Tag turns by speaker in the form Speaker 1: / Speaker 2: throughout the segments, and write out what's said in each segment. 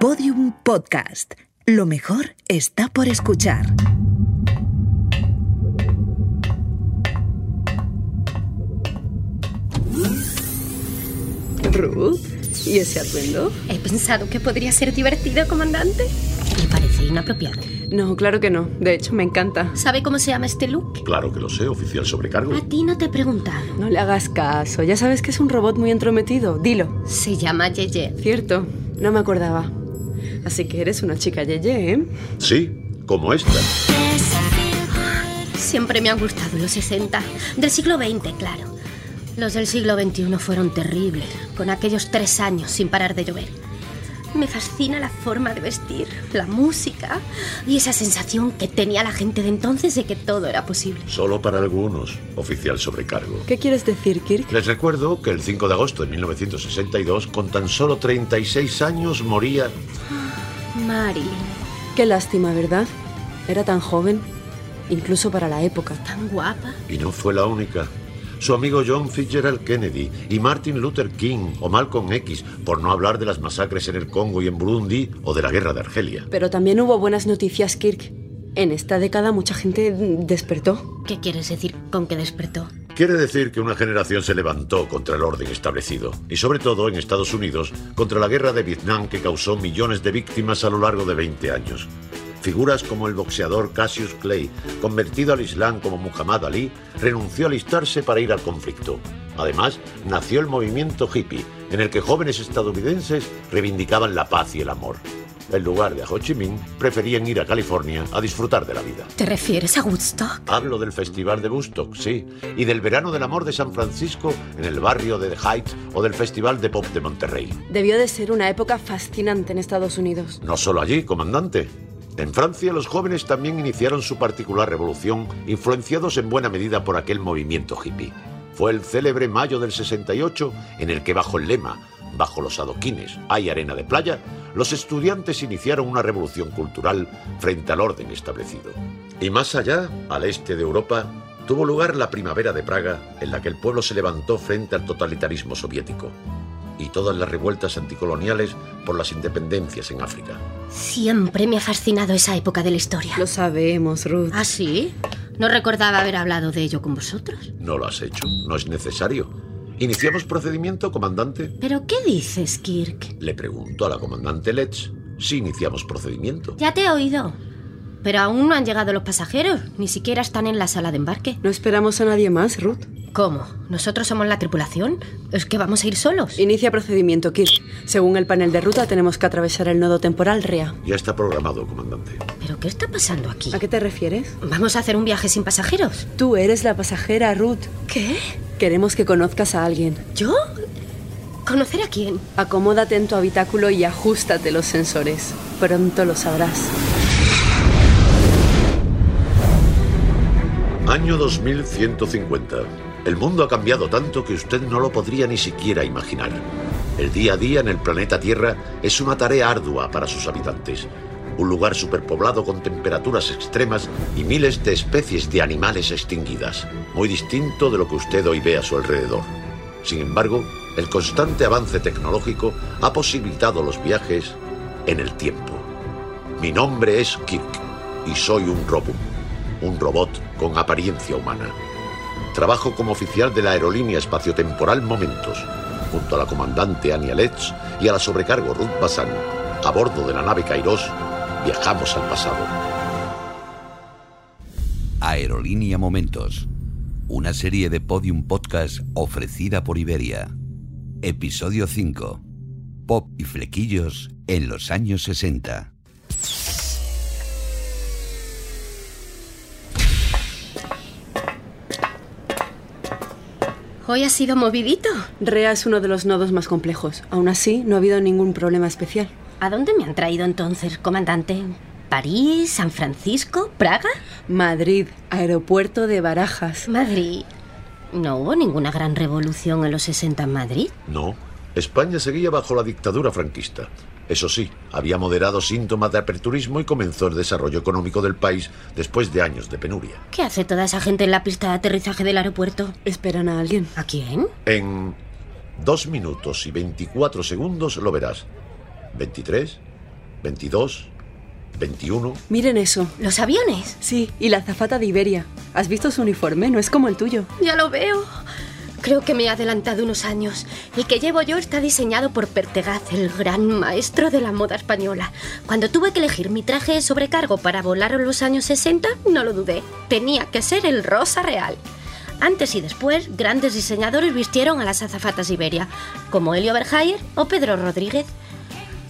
Speaker 1: Podium Podcast. Lo mejor está por escuchar.
Speaker 2: Ruth, ¿y ese atuendo?
Speaker 3: He pensado que podría ser divertido, comandante. Me parece inapropiado.
Speaker 2: No, claro que no. De hecho, me encanta.
Speaker 3: ¿Sabe cómo se llama este look?
Speaker 4: Claro que lo sé, oficial sobrecargo.
Speaker 3: A ti no te he preguntado.
Speaker 2: No le hagas caso. Ya sabes que es un robot muy entrometido. Dilo.
Speaker 3: Se llama Yeye.
Speaker 2: Cierto, no me acordaba. Así que eres una chica Yeye, ¿eh?
Speaker 4: Sí, como esta.
Speaker 3: Siempre me han gustado los 60. Del siglo XX, claro. Los del siglo XXI fueron terribles, con aquellos tres años sin parar de llover. Me fascina la forma de vestir, la música y esa sensación que tenía la gente de entonces de que todo era posible.
Speaker 4: Solo para algunos, oficial sobrecargo.
Speaker 2: ¿Qué quieres decir, Kirk?
Speaker 4: Les recuerdo que el 5 de agosto de 1962, con tan solo 36 años, moría...
Speaker 3: Marilyn,
Speaker 2: Qué lástima, ¿verdad? Era tan joven, incluso para la época.
Speaker 3: tan guapa.
Speaker 4: Y no fue la única. Su amigo John Fitzgerald Kennedy y Martin Luther King o Malcolm X, por no hablar de las masacres en el Congo y en Burundi o de la guerra de Argelia.
Speaker 2: Pero también hubo buenas noticias, Kirk. En esta década mucha gente mm, despertó.
Speaker 3: ¿Qué quieres decir con que despertó?
Speaker 4: Quiere decir que una generación se levantó contra el orden establecido y sobre todo en Estados Unidos contra la guerra de Vietnam que causó millones de víctimas a lo largo de 20 años. Figuras como el boxeador Cassius Clay, convertido al Islam como Muhammad Ali, renunció a alistarse para ir al conflicto. Además, nació el movimiento hippie, en el que jóvenes estadounidenses reivindicaban la paz y el amor. En lugar de a Ho Chi Minh, preferían ir a California a disfrutar de la vida.
Speaker 3: ¿Te refieres a Woodstock?
Speaker 4: Hablo del Festival de Bustock, sí, y del Verano del Amor de San Francisco en el barrio de The Heights o del Festival de Pop de Monterrey.
Speaker 2: Debió de ser una época fascinante en Estados Unidos.
Speaker 4: No solo allí, comandante. En Francia los jóvenes también iniciaron su particular revolución, influenciados en buena medida por aquel movimiento hippie. Fue el célebre mayo del 68 en el que bajo el lema, bajo los adoquines hay arena de playa, los estudiantes iniciaron una revolución cultural frente al orden establecido. Y más allá, al este de Europa, tuvo lugar la primavera de Praga, en la que el pueblo se levantó frente al totalitarismo soviético y todas las revueltas anticoloniales por las independencias en África.
Speaker 3: Siempre me ha fascinado esa época de la historia.
Speaker 2: Lo sabemos, Ruth.
Speaker 3: ¿Ah, sí? No recordaba haber hablado de ello con vosotros.
Speaker 4: No lo has hecho, no es necesario. ¿Iniciamos procedimiento, comandante?
Speaker 3: ¿Pero qué dices, Kirk?
Speaker 4: Le pregunto a la comandante Letch si iniciamos procedimiento.
Speaker 3: Ya te he oído. Pero aún no han llegado los pasajeros. Ni siquiera están en la sala de embarque.
Speaker 2: No esperamos a nadie más, Ruth.
Speaker 3: ¿Cómo? ¿Nosotros somos la tripulación? ¿Es que vamos a ir solos?
Speaker 2: Inicia procedimiento, Kirk. Según el panel de ruta, tenemos que atravesar el nodo temporal REA.
Speaker 4: Ya está programado, comandante.
Speaker 3: ¿Pero qué está pasando aquí?
Speaker 2: ¿A qué te refieres?
Speaker 3: ¿Vamos a hacer un viaje sin pasajeros?
Speaker 2: Tú eres la pasajera, Ruth.
Speaker 3: ¿Qué?
Speaker 2: Queremos que conozcas a alguien.
Speaker 3: ¿Yo? ¿Conocer a quién?
Speaker 2: Acomódate en tu habitáculo y ajustate los sensores. Pronto lo sabrás.
Speaker 4: Año 2150. El mundo ha cambiado tanto que usted no lo podría ni siquiera imaginar. El día a día en el planeta Tierra es una tarea ardua para sus habitantes. Un lugar superpoblado con temperaturas extremas y miles de especies de animales extinguidas, muy distinto de lo que usted hoy ve a su alrededor. Sin embargo, el constante avance tecnológico ha posibilitado los viajes en el tiempo. Mi nombre es Kirk y soy un robot, un robot con apariencia humana. Trabajo como oficial de la aerolínea espaciotemporal Momentos, junto a la comandante Ania Letch y a la sobrecargo Ruth Basan. A bordo de la nave Kairos, viajamos al pasado.
Speaker 5: Aerolínea Momentos, una serie de podium podcast ofrecida por Iberia. Episodio 5. Pop y flequillos en los años 60.
Speaker 3: Hoy ha sido movidito.
Speaker 2: REA es uno de los nodos más complejos. Aún así, no ha habido ningún problema especial.
Speaker 3: ¿A dónde me han traído entonces, comandante? ¿París? ¿San Francisco? ¿Praga?
Speaker 2: Madrid, aeropuerto de Barajas.
Speaker 3: Madrid. No hubo ninguna gran revolución en los 60 en Madrid.
Speaker 4: No, España seguía bajo la dictadura franquista. Eso sí, había moderado síntomas de aperturismo y comenzó el desarrollo económico del país después de años de penuria.
Speaker 3: ¿Qué hace toda esa gente en la pista de aterrizaje del aeropuerto?
Speaker 2: Esperan a alguien.
Speaker 3: ¿A quién?
Speaker 4: En 2 minutos y 24 segundos lo verás. 23, 22, 21.
Speaker 2: Miren eso.
Speaker 3: ¿Los aviones?
Speaker 2: Sí, y la azafata de Iberia. ¿Has visto su uniforme? No es como el tuyo.
Speaker 3: Ya lo veo. Creo que me he adelantado unos años. El que llevo yo está diseñado por Pertegaz, el gran maestro de la moda española. Cuando tuve que elegir mi traje de sobrecargo para volar en los años 60, no lo dudé. Tenía que ser el rosa real. Antes y después, grandes diseñadores vistieron a las azafatas Iberia, como Elio Berhayer o Pedro Rodríguez.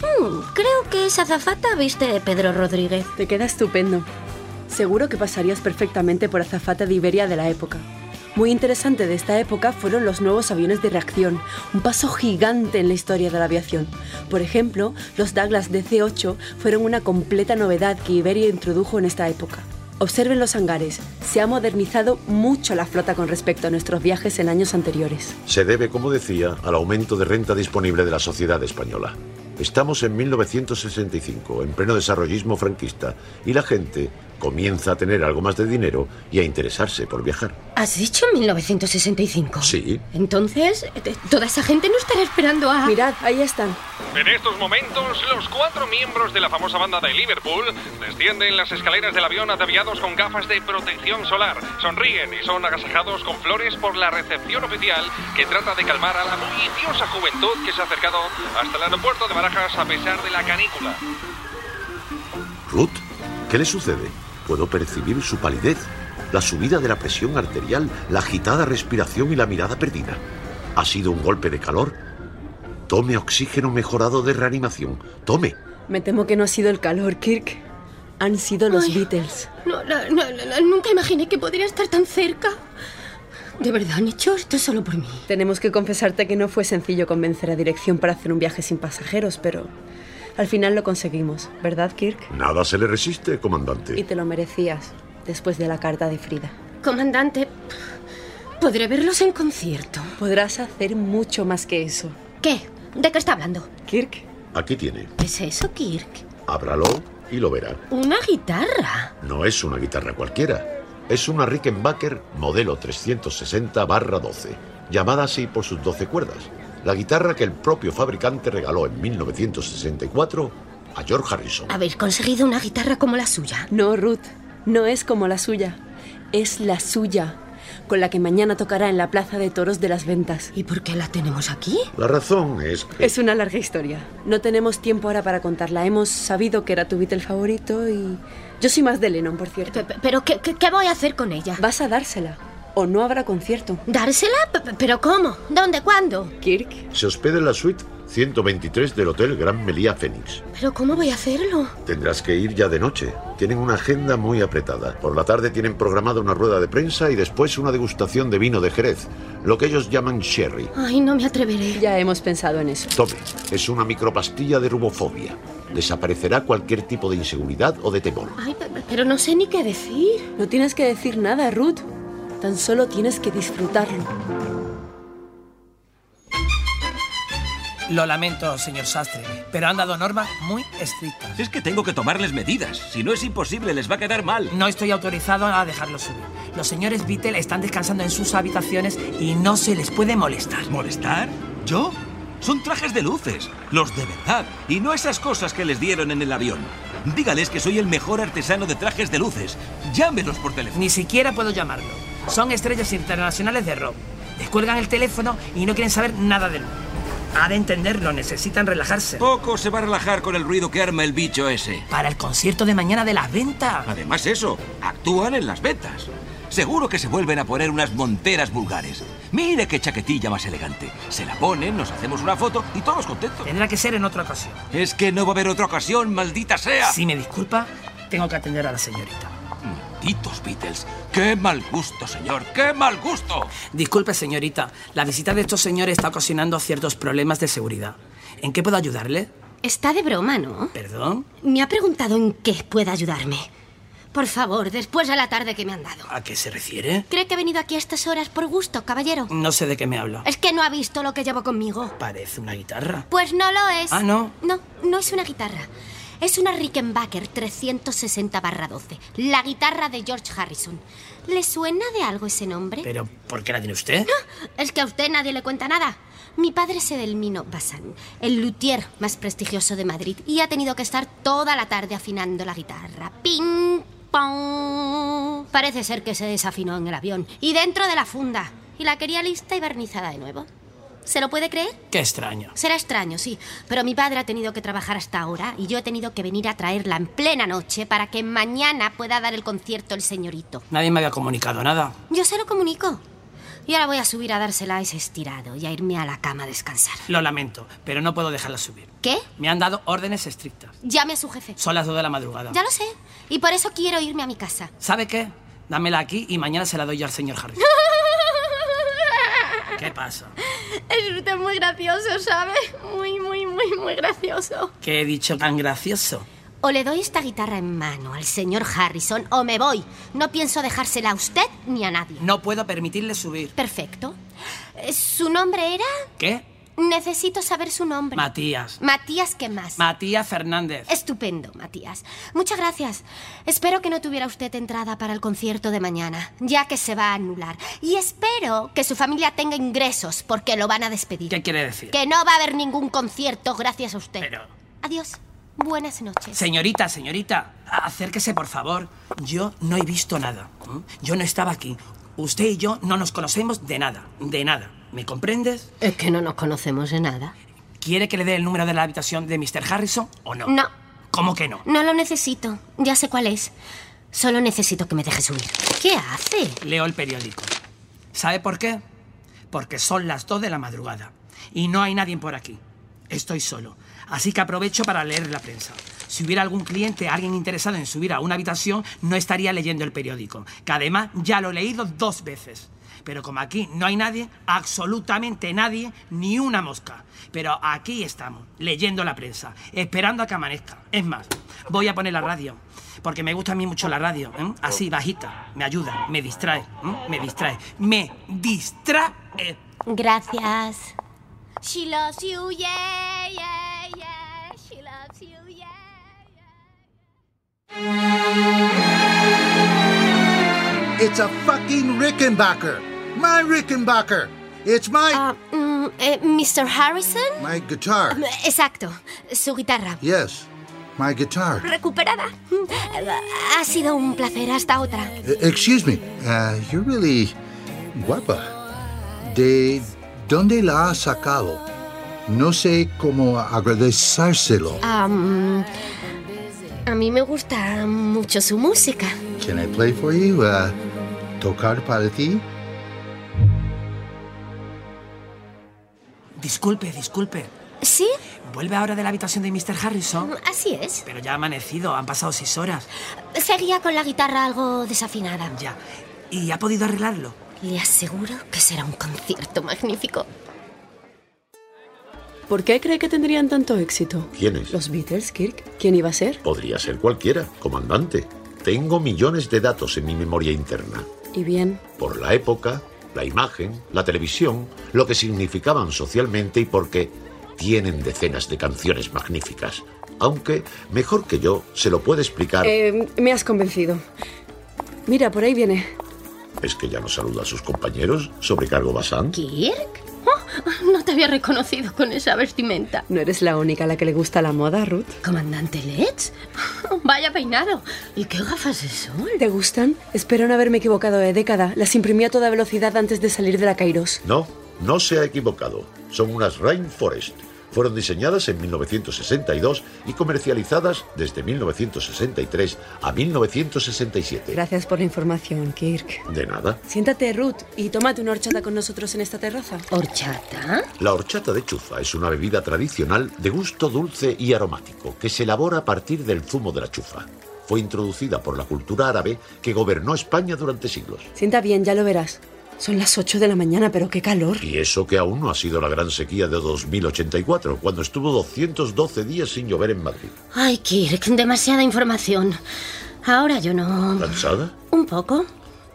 Speaker 3: Mm, creo que esa azafata viste de Pedro Rodríguez.
Speaker 2: Te queda estupendo. Seguro que pasarías perfectamente por azafata de Iberia de la época. Muy interesante de esta época fueron los nuevos aviones de reacción, un paso gigante en la historia de la aviación. Por ejemplo, los Douglas DC-8 fueron una completa novedad que Iberia introdujo en esta época. Observen los hangares, se ha modernizado mucho la flota con respecto a nuestros viajes en años anteriores.
Speaker 4: Se debe, como decía, al aumento de renta disponible de la sociedad española. Estamos en 1965, en pleno desarrollismo franquista, y la gente comienza a tener algo más de dinero y a interesarse por viajar.
Speaker 3: ¿Has dicho 1965?
Speaker 4: Sí.
Speaker 3: Entonces, eh, toda esa gente no estará esperando a...
Speaker 2: Mirad, ahí están.
Speaker 6: En estos momentos, los cuatro miembros de la famosa banda de Liverpool descienden las escaleras del avión ataviados con gafas de protección solar, sonríen y son agasajados con flores por la recepción oficial que trata de calmar a la bulliciosa juventud que se ha acercado hasta el aeropuerto de Barajas a pesar de la canícula.
Speaker 4: Ruth, ¿qué le sucede? Puedo percibir su palidez, la subida de la presión arterial, la agitada respiración y la mirada perdida. ¿Ha sido un golpe de calor? Tome oxígeno mejorado de reanimación. Tome.
Speaker 2: Me temo que no ha sido el calor, Kirk. Han sido los
Speaker 3: Ay.
Speaker 2: Beatles.
Speaker 3: No, no, no, no, no, nunca imaginé que podría estar tan cerca. ¿De verdad han hecho esto solo por mí?
Speaker 2: Tenemos que confesarte que no fue sencillo convencer a dirección para hacer un viaje sin pasajeros, pero al final lo conseguimos, ¿verdad, Kirk?
Speaker 4: Nada se le resiste,
Speaker 2: Y
Speaker 4: comandante.
Speaker 2: te lo merecías, después de la carta de Frida.
Speaker 3: Comandante, podré verlos en concierto.
Speaker 2: Podrás hacer mucho más que eso.
Speaker 3: ¿Qué? ¿De qué está hablando?
Speaker 2: Kirk,
Speaker 4: Aquí tiene.
Speaker 3: ¿Qué es eso, Kirk?
Speaker 4: Ábralo y lo verá.
Speaker 3: Una guitarra.
Speaker 4: No es una guitarra cualquiera. Es una Rickenbacker modelo 360-12, llamada así por sus 12 cuerdas. La guitarra que el propio fabricante regaló en 1964 a George Harrison.
Speaker 3: ¿Habéis conseguido una guitarra como la suya?
Speaker 2: no, Ruth, no es como la suya. Es la suya, con la que mañana tocará en la Plaza de Toros de las Ventas.
Speaker 3: ¿Y por qué la tenemos aquí?
Speaker 4: La razón es que...
Speaker 2: Es una larga historia. No tenemos tiempo ahora para contarla. Hemos sabido que era tu Beatle favorito y... Yo soy más de Lennon, por cierto.
Speaker 3: Pe- pe- ¿Pero qué, qué- qué voy a hacer con ella?
Speaker 2: Vas a dársela, o no habrá concierto.
Speaker 3: ¿Dársela? Pe- pe- ¿Pero cómo? ¿Dónde? ¿Cuándo?
Speaker 2: Kirk,
Speaker 4: Se hospeda en la suite 123 del Hotel Gran Meliá Fénix.
Speaker 3: ¿Pero cómo voy a hacerlo?
Speaker 4: Tendrás que ir ya de noche. Tienen una agenda muy apretada. Por la tarde tienen programada una rueda de prensa y después una degustación de vino de Jerez, lo que ellos llaman sherry.
Speaker 3: Ay, no me atreveré.
Speaker 2: ya hemos pensado en eso.
Speaker 4: Tome, es una micropastilla de rumofobia. Desaparecerá cualquier tipo de inseguridad o de temor.
Speaker 3: Ay, pe- pe- pero no sé ni qué decir.
Speaker 2: No tienes que decir nada, Ruth. Tan solo tienes que disfrutarlo.
Speaker 7: Lo lamento, señor Sastre, pero han dado normas muy estrictas.
Speaker 8: Es que tengo que tomarles medidas. Si no es imposible, les va a quedar mal.
Speaker 7: No estoy autorizado a dejarlos subir. Los señores Beatle están descansando en sus habitaciones y no se les puede molestar.
Speaker 8: ¿Molestar? ¿Yo? Son trajes de luces, los de verdad, y no esas cosas que les dieron en el avión. Dígales que soy el mejor artesano de trajes de luces. Llámelos por teléfono.
Speaker 7: Ni siquiera puedo llamarlo. Son estrellas internacionales de rock. Descuelgan el teléfono y no quieren saber nada del mundo. Ha de entenderlo, necesitan relajarse.
Speaker 6: Oh.
Speaker 8: Poco se va a relajar con el ruido que arma el bicho ese.
Speaker 7: Para el concierto de mañana de las ventas.
Speaker 8: Además eso, actúan en las ventas. Seguro que se vuelven a poner unas monteras vulgares. Mire qué chaquetilla más elegante. Se la ponen, nos hacemos una foto y todos contentos.
Speaker 7: Tendrá que ser en otra ocasión.
Speaker 8: Es que no va a haber otra ocasión, maldita sea.
Speaker 7: Si me disculpa, tengo que atender a la señorita.
Speaker 8: Malditos Beatles. ¡Qué mal gusto, señor! ¡Qué mal gusto!
Speaker 7: Disculpe, señorita. La visita de estos señores está ocasionando ciertos problemas de seguridad. ¿En qué puedo ayudarle?
Speaker 3: Está de broma, ¿no?
Speaker 7: ¿Perdón?
Speaker 3: Me ha preguntado en qué puede ayudarme. Por favor, después de la tarde que me han dado.
Speaker 7: ¿A qué se refiere?
Speaker 3: ¿Cree que he venido aquí a estas horas por gusto, caballero?
Speaker 7: No sé de qué me habla.
Speaker 3: Es que no ha visto lo que llevo conmigo.
Speaker 7: Parece una guitarra.
Speaker 3: Pues no lo es.
Speaker 7: Ah, ¿no?
Speaker 3: No, no es una guitarra. Es una Rickenbacker 360-12, la guitarra de George Harrison. ¿Le suena de algo ese nombre?
Speaker 7: ¿Pero por qué la tiene usted?
Speaker 3: Es que a usted nadie le cuenta nada. Mi padre es Edelmino Bazán, el luthier más prestigioso de Madrid, y ha tenido que estar toda la tarde afinando la guitarra. ¡Ping! ¡Pong! Parece ser que se desafinó en el avión y dentro de la funda. Y la quería lista y barnizada de nuevo. ¿Se lo puede creer?
Speaker 7: Qué extraño.
Speaker 3: Será extraño, sí, pero mi padre ha tenido que trabajar hasta ahora y yo he tenido que venir a traerla en plena noche para que mañana pueda dar el concierto el señorito.
Speaker 7: Nadie me había comunicado nada.
Speaker 3: Yo se lo comunico. Y ahora voy a subir a dársela a ese estirado y a irme a la cama a descansar.
Speaker 7: Lo lamento, pero no puedo dejarla subir.
Speaker 3: ¿Qué?
Speaker 7: Me han dado órdenes estrictas.
Speaker 3: Llame a su jefe.
Speaker 7: Son las 2 de la madrugada.
Speaker 3: Ya lo sé. Y por eso quiero irme a mi casa.
Speaker 7: ¿Sabe qué? Dámela aquí y mañana se la doy ya al señor Harrison. ¿Qué pasa?
Speaker 3: Es usted muy gracioso, ¿sabe? Muy, muy, muy, muy gracioso.
Speaker 7: ¿Qué he dicho tan gracioso?
Speaker 3: O le doy esta guitarra en mano al señor Harrison o me voy. No pienso dejársela a usted ni a nadie.
Speaker 7: No puedo permitirle subir.
Speaker 3: Perfecto. Eh, ¿Su nombre era?
Speaker 7: ¿Qué?
Speaker 3: Necesito saber su nombre.
Speaker 7: Matías.
Speaker 3: Matías, ¿qué más?
Speaker 7: Matías Fernández.
Speaker 3: Estupendo, Matías. Muchas gracias. Espero que no tuviera usted entrada para el concierto de mañana, ya que se va a anular. Y espero que su familia tenga ingresos, porque lo van a despedir.
Speaker 7: ¿Qué quiere decir?
Speaker 3: Que no va a haber ningún concierto gracias a usted.
Speaker 7: Pero-
Speaker 3: Adiós. Buenas noches.
Speaker 7: Señorita, señorita, acérquese por favor. Yo no he visto nada. ¿m? Yo no estaba aquí. Usted y yo no nos conocemos de nada, de nada. ¿Me comprendes?
Speaker 3: Es que no nos conocemos de nada.
Speaker 7: ¿Quiere que le dé el número de la habitación de Mr. Harrison o no?
Speaker 3: No.
Speaker 7: ¿Cómo que no?
Speaker 3: No lo necesito. Ya sé cuál es. Solo necesito que me deje subir. ¿Qué hace?
Speaker 7: Leo el periódico. ¿Sabe por qué? Porque son las 2 de la madrugada y no hay nadie por aquí. Estoy solo. Así que aprovecho para leer la prensa. Si hubiera algún cliente, alguien interesado en subir a una habitación, no estaría leyendo el periódico, que además ya lo he leído dos veces. Pero como aquí no hay nadie, absolutamente nadie, ni una mosca. Pero aquí estamos, leyendo la prensa, esperando a que amanezca. Es más, voy a poner la radio, porque me gusta a mí mucho la radio. ¿eh? Así, bajita, me ayuda, me distrae, ¿eh? me distrae, me distrae.
Speaker 3: Gracias. She loves you, yeah, yeah, yeah. She loves you, yeah.
Speaker 9: It's a fucking Rickenbacker. My Rickenbacker. It's my.
Speaker 3: Ah, mm, eh, Mr. Harrison?
Speaker 9: my guitar.
Speaker 3: um, Exacto, su guitarra.
Speaker 9: Yes, my guitar.
Speaker 3: Recuperada. Ha sido un placer. Hasta otra.
Speaker 9: E- Excuse me. Uh, you're really guapa. ¿De dónde la has sacado? No sé cómo agradecérselo.
Speaker 3: Ah, mm, a mí me gusta mucho su música.
Speaker 9: Can I play for you? Uh, tocar para ti?
Speaker 7: Disculpe, disculpe.
Speaker 3: ¿Sí?
Speaker 7: Vuelve ahora de la habitación de Mr. Harrison.
Speaker 3: Así es.
Speaker 7: Pero ya ha amanecido, han pasado seis horas.
Speaker 3: Seguía con la guitarra algo desafinada.
Speaker 7: Ya. ¿Y ha podido arreglarlo?
Speaker 3: Le aseguro que será un concierto magnífico.
Speaker 2: ¿Por qué cree que tendrían tanto éxito?
Speaker 4: ¿Quiénes?
Speaker 2: ¿Los Beatles, Kirk? ¿Quién iba a ser?
Speaker 4: Podría ser cualquiera, comandante. Tengo millones de datos en mi memoria interna.
Speaker 2: Y bien,
Speaker 4: Por la época, la imagen, la televisión, lo que significaban socialmente y porque tienen decenas de canciones magníficas. Aunque, mejor que yo, se lo puede explicar.
Speaker 2: eh, me has convencido. Mira, por ahí viene.
Speaker 4: Es que ya no saluda a sus compañeros, sobrecargo Basán.
Speaker 3: ¿Kirk? Oh, no te había reconocido con esa vestimenta.
Speaker 2: No eres la única a la que le gusta la moda, Ruth.
Speaker 3: ¿Comandante Letts? Vaya peinado. ¿Y qué gafas de sol?
Speaker 2: ¿Te gustan? Espero no haberme equivocado de década. Las imprimí a toda velocidad antes de salir de la Kairos.
Speaker 4: No, no se ha equivocado. Son unas Rainforest. Fueron diseñadas en 1962 y comercializadas desde 1963 a 1967.
Speaker 2: Gracias por la información, Kirk.
Speaker 4: De nada.
Speaker 2: Siéntate, Ruth, y tómate una horchata con nosotros en esta terraza.
Speaker 3: ¿Horchata?
Speaker 4: La horchata de chufa es una bebida tradicional de gusto dulce y aromático que se elabora a partir del zumo de la chufa. Fue introducida por la cultura árabe que gobernó España durante siglos.
Speaker 2: Sienta bien, ya lo verás. Son las 8 de la mañana, pero qué calor.
Speaker 4: Y eso que aún no ha sido la gran sequía de 2084, cuando estuvo 212 días sin llover en Madrid.
Speaker 3: Ay, Kirk, demasiada información. Ahora yo no.
Speaker 4: ¿Cansada?
Speaker 3: Un poco.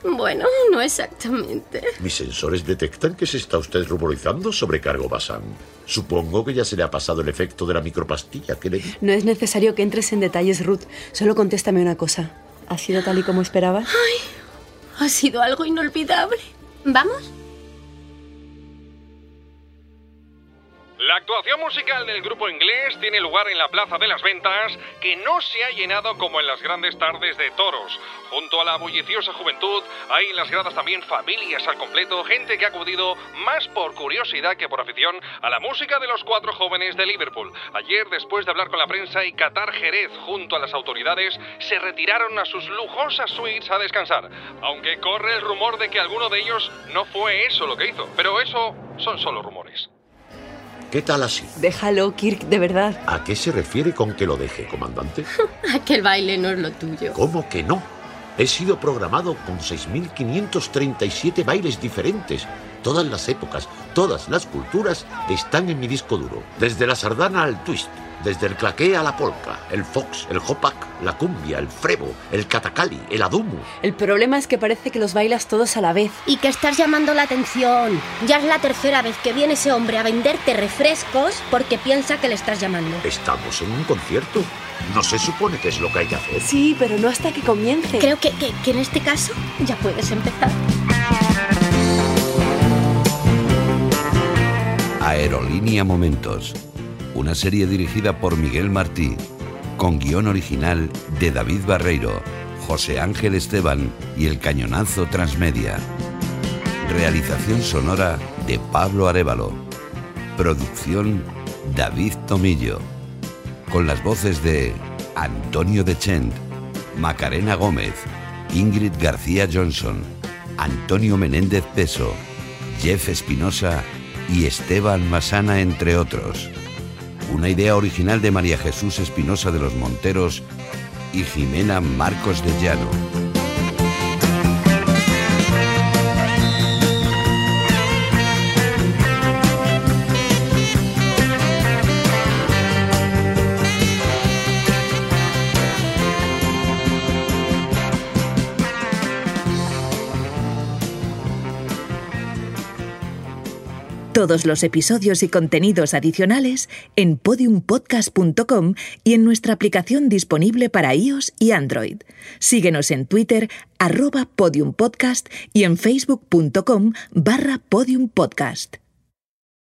Speaker 3: Bueno, no exactamente.
Speaker 4: Mis sensores detectan que se está usted ruborizando sobre cargo basán. Supongo que ya se le ha pasado el efecto de la micropastilla que le di.
Speaker 2: No es necesario que entres en detalles, Ruth. Solo contéstame una cosa. ¿Ha sido tal y como esperabas?
Speaker 3: Ha sido algo inolvidable. ¿Vamos?
Speaker 6: La actuación musical del grupo inglés tiene lugar en la Plaza de las Ventas, que no se ha llenado como en las grandes tardes de toros. Junto a la bulliciosa juventud, hay en las gradas también familias al completo, gente que ha acudido más por curiosidad que por afición a la música de los cuatro jóvenes de Liverpool. Ayer, después de hablar con la prensa y Qatar Jerez junto a las autoridades, se retiraron a sus lujosas suites a descansar. Aunque corre el rumor de que alguno de ellos no fue eso lo que hizo, pero eso son solo rumores.
Speaker 4: ¿Qué tal así?
Speaker 2: Déjalo, Kirk, de verdad.
Speaker 4: ¿A qué se refiere con que lo deje, comandante?
Speaker 3: Aquel baile no es lo tuyo.
Speaker 4: ¿Cómo que no? He sido programado con 6.537 bailes diferentes. Todas las épocas, todas las culturas están en mi disco duro. Desde la sardana al twist, desde el claqué a la polka, el fox, el hopak, la cumbia, el frevo, el catacali, el adumu.
Speaker 2: El problema es que parece que los bailas todos a la vez.
Speaker 3: Y que estás llamando la atención. Ya es la tercera vez que viene ese hombre a venderte refrescos porque piensa que le estás llamando.
Speaker 4: Estamos en un concierto. No se supone que es lo que hay que hacer.
Speaker 2: Sí, pero no hasta que comience.
Speaker 3: Creo que, que- que en este caso ya puedes empezar.
Speaker 5: Aerolínea Momentos, una serie dirigida por Miguel Martí, con guión original de David Barreiro, José Ángel Esteban y El Cañonazo Transmedia. Realización sonora de Pablo Arevalo. Producción David Tomillo. Con las voces de Antonio Dechent, Macarena Gómez, Ingrid García Johnson, Antonio Menéndez Peso, Jeff Espinosa y Esteban Masana, entre otros. Una idea original de María Jesús Espinosa de los Monteros y Jimena Marcos de Llano.
Speaker 1: Todos los episodios y contenidos adicionales en podiumpodcast.com y en nuestra aplicación disponible para iOS y Android. Síguenos en Twitter, arroba podiumpodcast y en facebook.com barra podiumpodcast.